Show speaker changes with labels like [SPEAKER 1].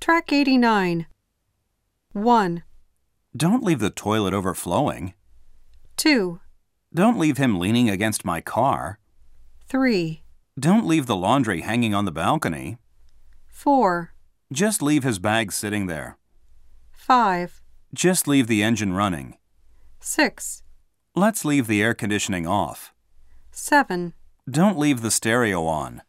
[SPEAKER 1] Track 89. 1,
[SPEAKER 2] Don't leave the toilet overflowing.
[SPEAKER 1] 2,
[SPEAKER 2] Don't leave him leaning against my car.
[SPEAKER 1] 3,
[SPEAKER 2] Don't leave the laundry hanging on the balcony.
[SPEAKER 1] 4,
[SPEAKER 2] Just leave his bag sitting there.
[SPEAKER 1] 5,
[SPEAKER 2] Just leave the engine running.
[SPEAKER 1] 6,
[SPEAKER 2] Let's leave the air conditioning off.
[SPEAKER 1] 7.
[SPEAKER 2] Don't leave the stereo on.